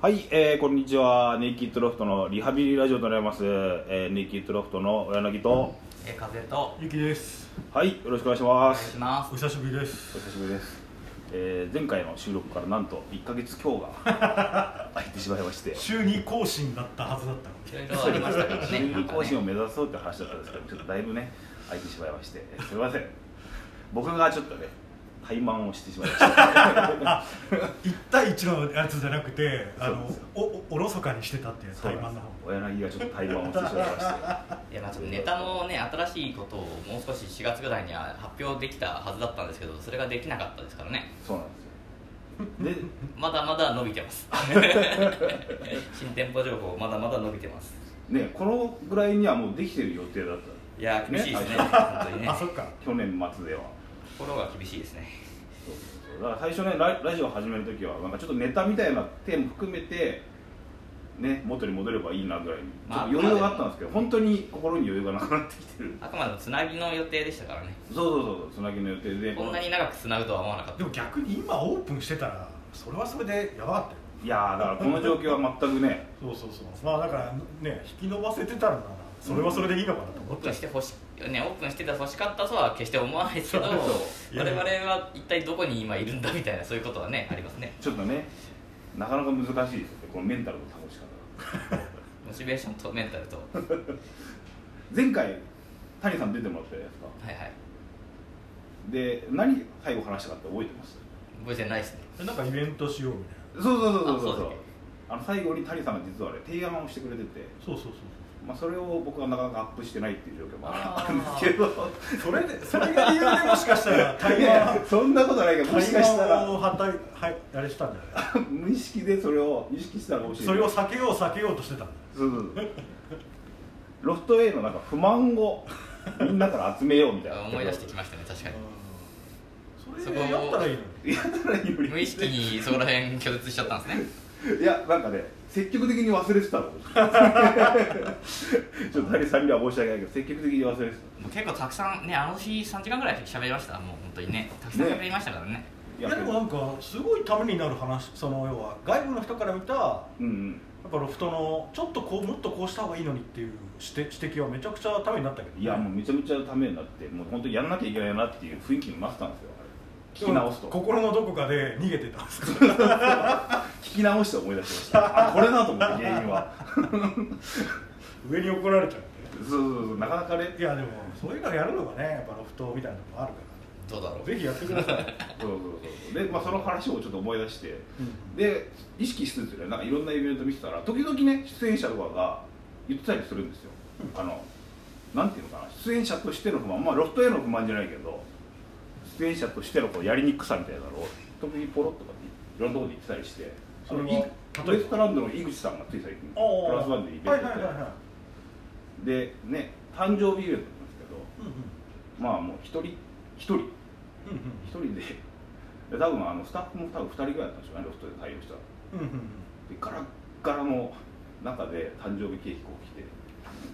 はい、えー、こんにちはネイキッドロフトのリハビリラジオとなります、えー、ネイキッドロフトの柳と、え風とゆきです。はいよろしくお願いしおま願いすしまおす久しぶりです。お久しぶりです、えー、前回の収録からなんと1ヶ月今日が空いてしまいまして週2更新だったはずだったのいろいろありました からね新規更新をなんかね目指そうって話だったんですけどちょっとだいぶね空いてしまいましてすいません僕がちょっとね怠慢をしてしまいましたに。1対1のやつじゃなくて、あそうのですよおおおろそかにしてたっていう対マンの方。そうなんですよ小柳がちょっと怠慢をしてしまいましていやまあちょっとネタのね新しいことをもう少し4月ぐらいには発表できたはずだったんですけどそれができなかったですからねそうなんですよでまだまだ伸びてます新店舗情報まだまだ伸びてますねこのぐらいにはもうできてる予定だったいや厳しいですねね本当にねあ、そっか。去年末では心が厳しいですねそうそうそうだから最初ねララジオ始める時はなんかちょっとネタみたいなテーマ含めてね元に戻ればいいなぐらいにちょっまとあ余裕があったんですけど本当に心に余裕がなくなってきてるあくまでもつなぎの予定でしたからねそうそうそうそうつなぎの予定でこんなに長くつなぐとは思わなかったでも逆に今オープンしてたら、それはそれでやばかったよ。いやーだからこの状況は全くねそうそうそう。まあだからね、引き伸ばせてたらなら、それはそれでいいのかなとオー思っプたンよしてほしねオープンしてた欲しかったとは決して思わないですけどそ我うそう々は一体どこに今いるんだみたいなそういうことはねありますねちょっとねなかなか難しいですよねこのメンタルの保ち方がモチベーションとメンタルとは前回谷さん出てもらったじゃないですかいはいで何最後話したかって覚えてます覚えてないですねえなんかイベントしようみたいそうそうそうそうあそうそうそだうっあの最後に谷さんが実はあれ提案をしてくれてて、な。そうそうそう。まあ、それを僕はなかなかアップしてないっていう状況もああーるんですけど それで、それが理由でもしかした ら対いやいマやそんなことないけどもしかした対マンをら反対はいあれしたんじゃない。無意識でそれを意識したらもしれそないれを避けよう避けようとしてたんだよ。そうそうそうロフト A のなんか不満をみんなから集めようみたいな思い出してきましたね確かにうんそれでやったらいいのに。いやたらより無意識にそこら辺拒絶しちゃったんですねいやなんかね積極的に忘れてた のちょっと谷さんには申し訳ないけど積極的に忘れてもう結構たくさんねあの日3時間ぐらい喋りましたもう本当にねたくさん喋りましたからねたいやでもなんかすごいためになる話その要は外部の人から見たやうんうんっぱロフトのちょっとこうもっとこうした方がいいのにっていう指摘指摘はめちゃくちゃためになったけどね、いやもうめちゃめちゃためになってもう本当にやんなきゃいけないなっていう雰囲気になってたんですよあれ聞き直すと心のどこかで逃げてたんですか 聞き直して思い出しました あこれだと思って原因は上に怒られちゃってそうそうそうなかなかねいやでもそういうのやるのがねやっぱロフトみたいなのもあるかどうだろらうぜひやってください、そうそうそうそうで、まあ、その話をちょっと思い出してうんで意識しつつねなんかいろんなイベント見てたら時々ね出演者とかが言ってたりするんですよ、あのなんていうのかな出演者としての不満まあロフトへの不満じゃないけど出演者としてのこうやりにくさみたいなのを時にポロッとかっていろんなところで言ってたりしてあのそれはいウエストランドの井口さんがつい最近プおーラスワンでイベントはやっいて、はいはいはでね誕生日イベントなんですけどいうんうんまあもう一人一人一人でで多分あのスタッフも多分二人ぐらいだったんでしょうねロフトで対応したら。うんうんうんでガラッガラの中で誕生日ケーキこう来て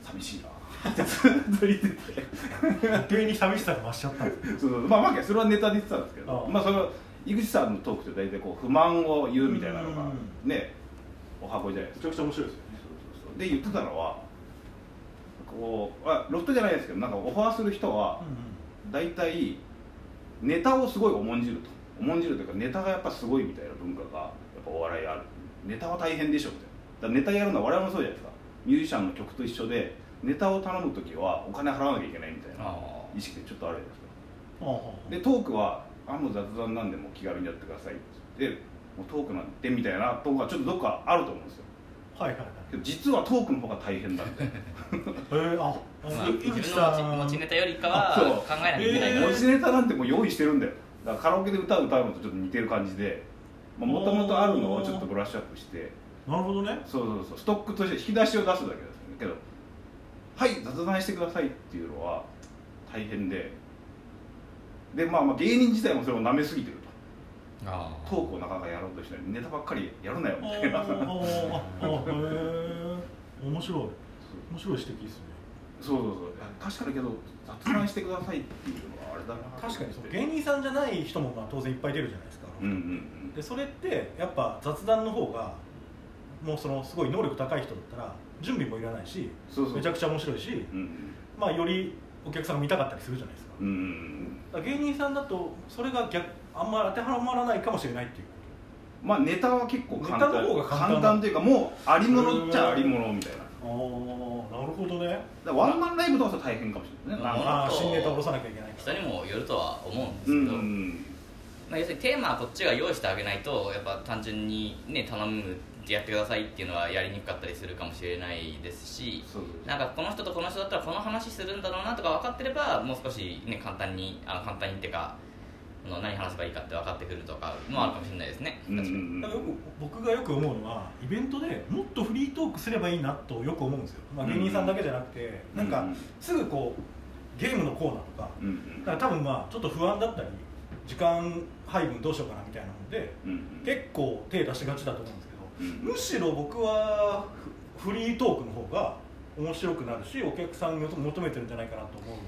寂しいなってずっと言ってて うん余計に寂しさが増しちゃったんですよそうそうまあまあそれはネタで言ってたんですけどああまあその井口さんのトークって大体こう不満を言うみたいなのがうんねお箱じゃないですかゃくちゃ面白いですよそうそうそうで言ってたのはこうあロフトじゃないですけどなんかオファーする人は大体ネタをすごい重んじると重んじるというかネタがやっぱすごいみたいな文化がやっぱお笑いあるネタは大変でしょみたいなだからネタやるのは我々もそうじゃないですかミュージシャンの曲と一緒でネタを頼む時はお金払わなきゃいけないみたいなあ意識でちょっとあるじゃないですかうんうでトーんクはあもう雑談なんでもう気軽にやってくださいってもうトークなんてみたいなとこがちょっとどっかあると思うんですよはいはいはいけど実はトークの方が大変だみたいなえー、ああ、まあ、井自分の口持ちさん持ちネタよりかあそうは考えなきゃいけないから、持ちネタなんてもう用意してるんだよだからカラオケで歌を歌うのとちょっと似てる感じでもともとあるのをちょっとブラッシュアップしてなるほどねそうそうそうストックとして引き出しを出すだけですけど「はい雑談してください」っていうのは大変ででまあまあ芸人自体もそれを舐めすぎてるあとートークをなかなかやろうとしないネタばっかりやるなよあみ たいなーあーへえ面白い面白い指摘ですねそうそうそう確かだけど雑談してくださいっていうのはあれだな確かにその芸芸人さんじゃない人もまあ当然いっぱい出るじゃないですか、うんうんうんでそれってやっぱ雑談の方がもうそのすごい能力高い人だったら準備もいらないしそうそうめちゃくちゃ面白いし、うんまあ、よりお客さんが見たかったりするじゃないですかうんだから芸人さんだとそれが逆あんまり当てはまらないかもしれないっていうこまあネタは結構簡単ネタの方が簡単簡単というかもうありものっちゃありものみたいなだかとああなるほどねらワンマンライブとかは大変かもしれないねなんかあああと新ネタを下ろさなきゃいけないか人らにもよるとは思うんですうけんど、うんまあ、要するにテーマはこっちが用意してあげないとやっぱ単純にね頼むってやってくださいっていうのはやりにくかったりするかもしれないですしそうそうなんかこの人とこの人だったらこの話するんだろうなとか分かってればもう少しね簡単にあの簡単にっていうかあの何話せばいいかって分かってくるとかもあるかもしれないですね、うんう確かにんなんかよく僕がよく思うのはイベントでもっとフリートークすればいいなとよく思うんですよ、まあ、芸人さんだけじゃなくて、うんなんかすぐこうゲームのコーナーとかうんだから多分まあちょっと不安だったり時間配分どうしようかなみたいなのでうんうん結構手出しがちだと思うんですけうどんむしろ僕はフフリートークの方が面白くなるしお客さんに求めてるんじゃないかなと思う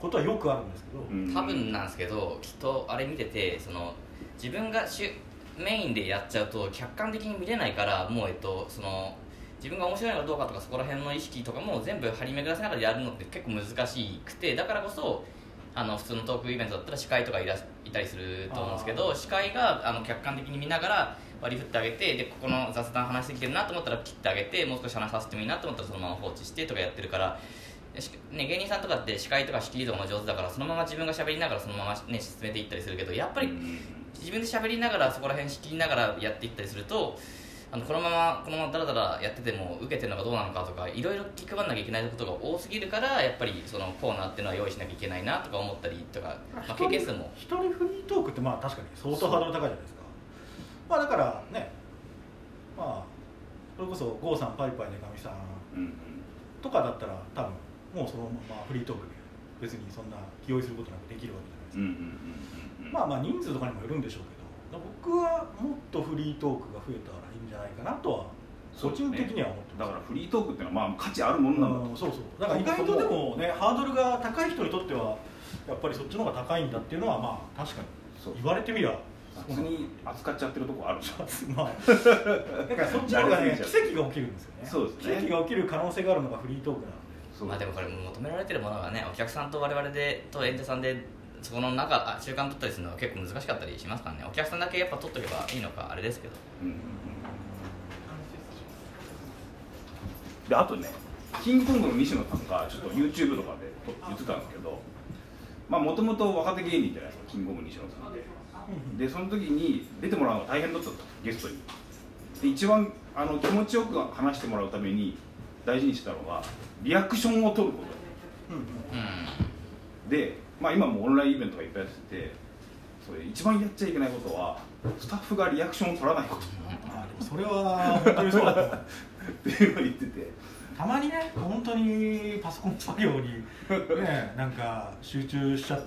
ことはよくあるんですけど、うん多分なんですけどきっとあれ見ててその自分が主メインでやっちゃうと客観的に見れないからもうえっとその自分が面白いのかどうかとかそこら辺の意識とかも全部張り巡らせながらやるのって結構難しくてだからこそあの普通のトークイベントだったら司会とかいらいたりすると思うんですけあどー司会があの客観的に見ながら割り振ってあげてでここの雑談話してきてるなと思ったら切ってあげてもう少し話させてもいいなと思ったらそのまま放置してとかやってるからしね、芸人さんとかって司会とか仕切りとかも上手だからそのまま自分が喋りながらそのまま、ね、進めていったりするけどやっぱうんり自分で喋りながらそこら辺仕切りながらやっていったりするとあのこのままこのままダラダラやってても受けてるのかどうなのかとかいろいろ気配んなきゃいけないことが多すぎるからやっぱりそのコーナーっていうのは用意しなきゃいけないなとか思ったりとか、まあ、経験数も一人フリートークってまあ確かに相当ハードル高いじゃないですかまあだからねまあそれこそ郷さんパイパイでかみさんうんとかだったら多分もうそのままフリートークで別にそんな気負いすることなくできるわけじゃないですうんうんか、うんうんまあまあ人数とかにもよるんでしょうけど僕はもっとフリートークが増えたらいいんじゃないかなとは個人的には思ってだますからフリートークっていうのはまあ価値あるものなんだとうんそうそうだから意外とでもねハードルが高い人にとってはやっぱりそっちの方が高いんだっていうのはまあ確かにそう言われてみりゃ普通に扱っちゃってるとこあるじゃん まあ、だからそっちの方がね慣れすぎちゃう奇跡が起きるんですよねそうですね奇跡が起きる可能性があるのがフリートークなのそうまあでもこれ求められてるものがねお客さんと我々でと演者さんでそこの中あ中間取ったりするのは結構難しかったりしますからねお客さんだけやっぱ取っとけばいいのかあれですけどうんであとねキングコングの西野さんがちょっと YouTube とかでと言ってたんですけどまあもともと若手芸人じゃないですかキングコング西野さんででその時に出てもらうのが大変だったとゲストにで一番あの気持ちよく話してもらうために大事にしてたのがリアクションを取ることうんうんうんで、まあ、今もオンラインイベントがいっぱいやっててそれ一番やっちゃいけないことはスタッフがリアクションを取らないこまあでもそれは本当にそうだと思うとっていうのを言っててたまにね本当にパソコン作業にねなんか集中しちゃっ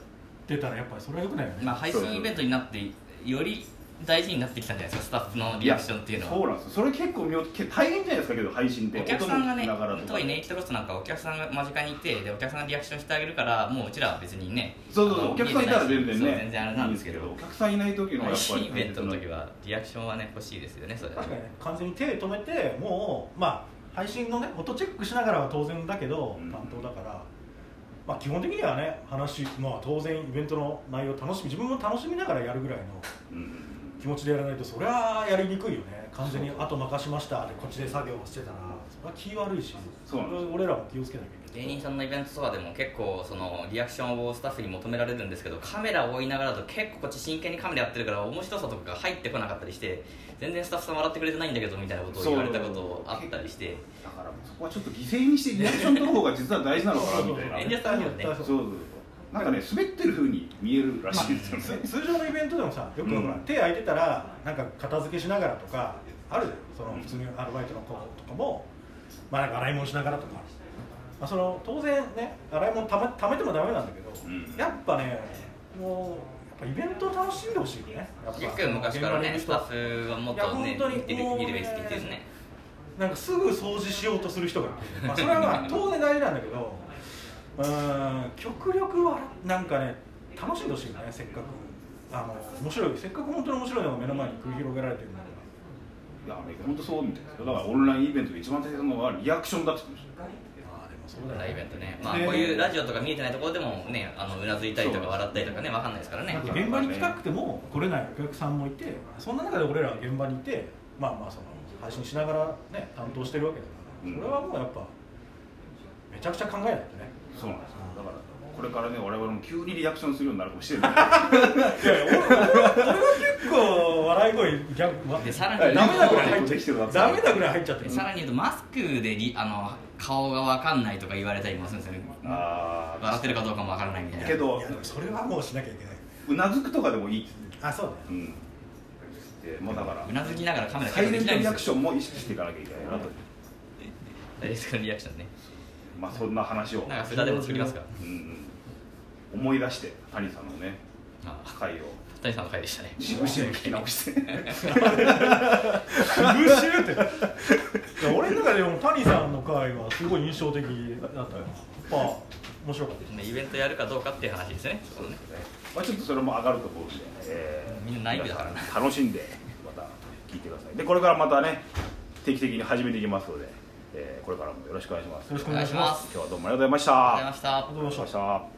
てたらやっぱりそれはよくないよね、まあ配信イベントになってより大事になってきたんじゃないですかスタッフのリアクションっていうのやそはうなんですよそれ結構妙け大変じゃないですかけど配信ってお客さんが音ねも聞きならと特かにネイキッドロストなんかお客さんが間近にいてでお客さんがリアクションしてあげるからもううちらは別にねそうそうあそうのお客さんいたら全然そうね全然あれなんですけどいいお客さんいない時のやっぱ配り 信イベントの時はリアクションはね欲しいですよねそれは確かにね完全に手止めてもうまあ配信のね音チェックしながらは当然だけどうん担当だから、まあ基本的にはね話まあ当然イベントの内容楽しみ自分も楽しみながらやるぐらいのうん気持ちでやらないとそれはやりにくいよね完全に後任しましたでこっちで作業をしてたらそれは気悪いしそうなんですよ俺らも気をつけなきゃいけ芸ない人さんのイベントとかでも結構そのリアクションをスタッフに求められるんですけどカメラを追いながらだと結構こっち真剣にカメラやってるから面白さとかが入ってこなかったりして全然スタッフさん笑ってくれてないんだけどみたいなことを言われたことあったりしてだからそこはちょっと犠牲にしてリアクション取る方が実は大事なのかなみたいな 演者さんにはねそうそうそうなんかね滑ってる風に見えるらしいですよね、通常のイベントでもさよくほら、うん手空いてたらなんか片付けしながらとかあるじゃんそのうん普通にアルバイトの子とかも、まあ、なんか洗い物しながらとか、まあ、その当然ね洗い物ためためてもダメなんだけど、うんやっぱねもうやっぱイベントを楽しんでほしいよねやっぱ結構昔から現場にいねるス人タはッフはもっといねや本当に見てもうね見るべきっていうねなんかすぐ掃除しようとする人がいて、まあ、それはまあ当然大事なんだけどうーん極力はなんかね楽しんでほしいよねせっかくあの面白いせっかく本当に面白いのが目の前に繰り広げられてるんだからいやあれ本当そうみたいですよだからオンラインイベントで一番大切なのはリアクションだって言ってましたよあでもそオンラインイベントね、まあ、ねこういうラジオとか見えてないところでもねあのうなずいたりとかそう笑ったりとかねわかんないですからねなんか現場に来たくても来れないお客さんもいてそんな中で俺らは現場にいてまあまあその配信しながらね担当してるわけだからそれはもうやっぱめちゃくちゃ考えないとねそうなんですよだからこれからね我々も急にリアクションするようになるかもしれ ないいやいや俺俺結構笑い声ギャグでさらはにいダメなぐらいは入っちゃってダメなぐらい入っちゃってでるさらに言うとマスクでりあの顔がわかんないとか言われたりもするんですよねあ笑あってるかどうかもわからないみたいなけどいやでもそれはもうしなきゃいけないうなずくとかでもいいってあそうだよ言ってうんでもうだからうなずきながらカメラサイレントリアクシションも意識していかなきゃいけないなとョンサイレントリアクションねまあそんな話を、なんか札でも作りますかうんうん、思い出して谷さんのねああ回を谷さんの回でしたね渋々聞き直して苦しゅっていや 俺の中でも谷さんの回はすごい印象的だったよやっぱ面白かったねイベントやるかどうかっていう話ですねそこのねまあちょっとそれも上がると思うんで、えーみんなナイフだからな皆さん楽しんでまた聞いてくださいでこれからまたね定期的に始めていきますので、えーこれからもよろしくお願いしますよろしくおお願願いいししまますす今日はどうもありがとうございましたありがとうございましたどうもありがとうございました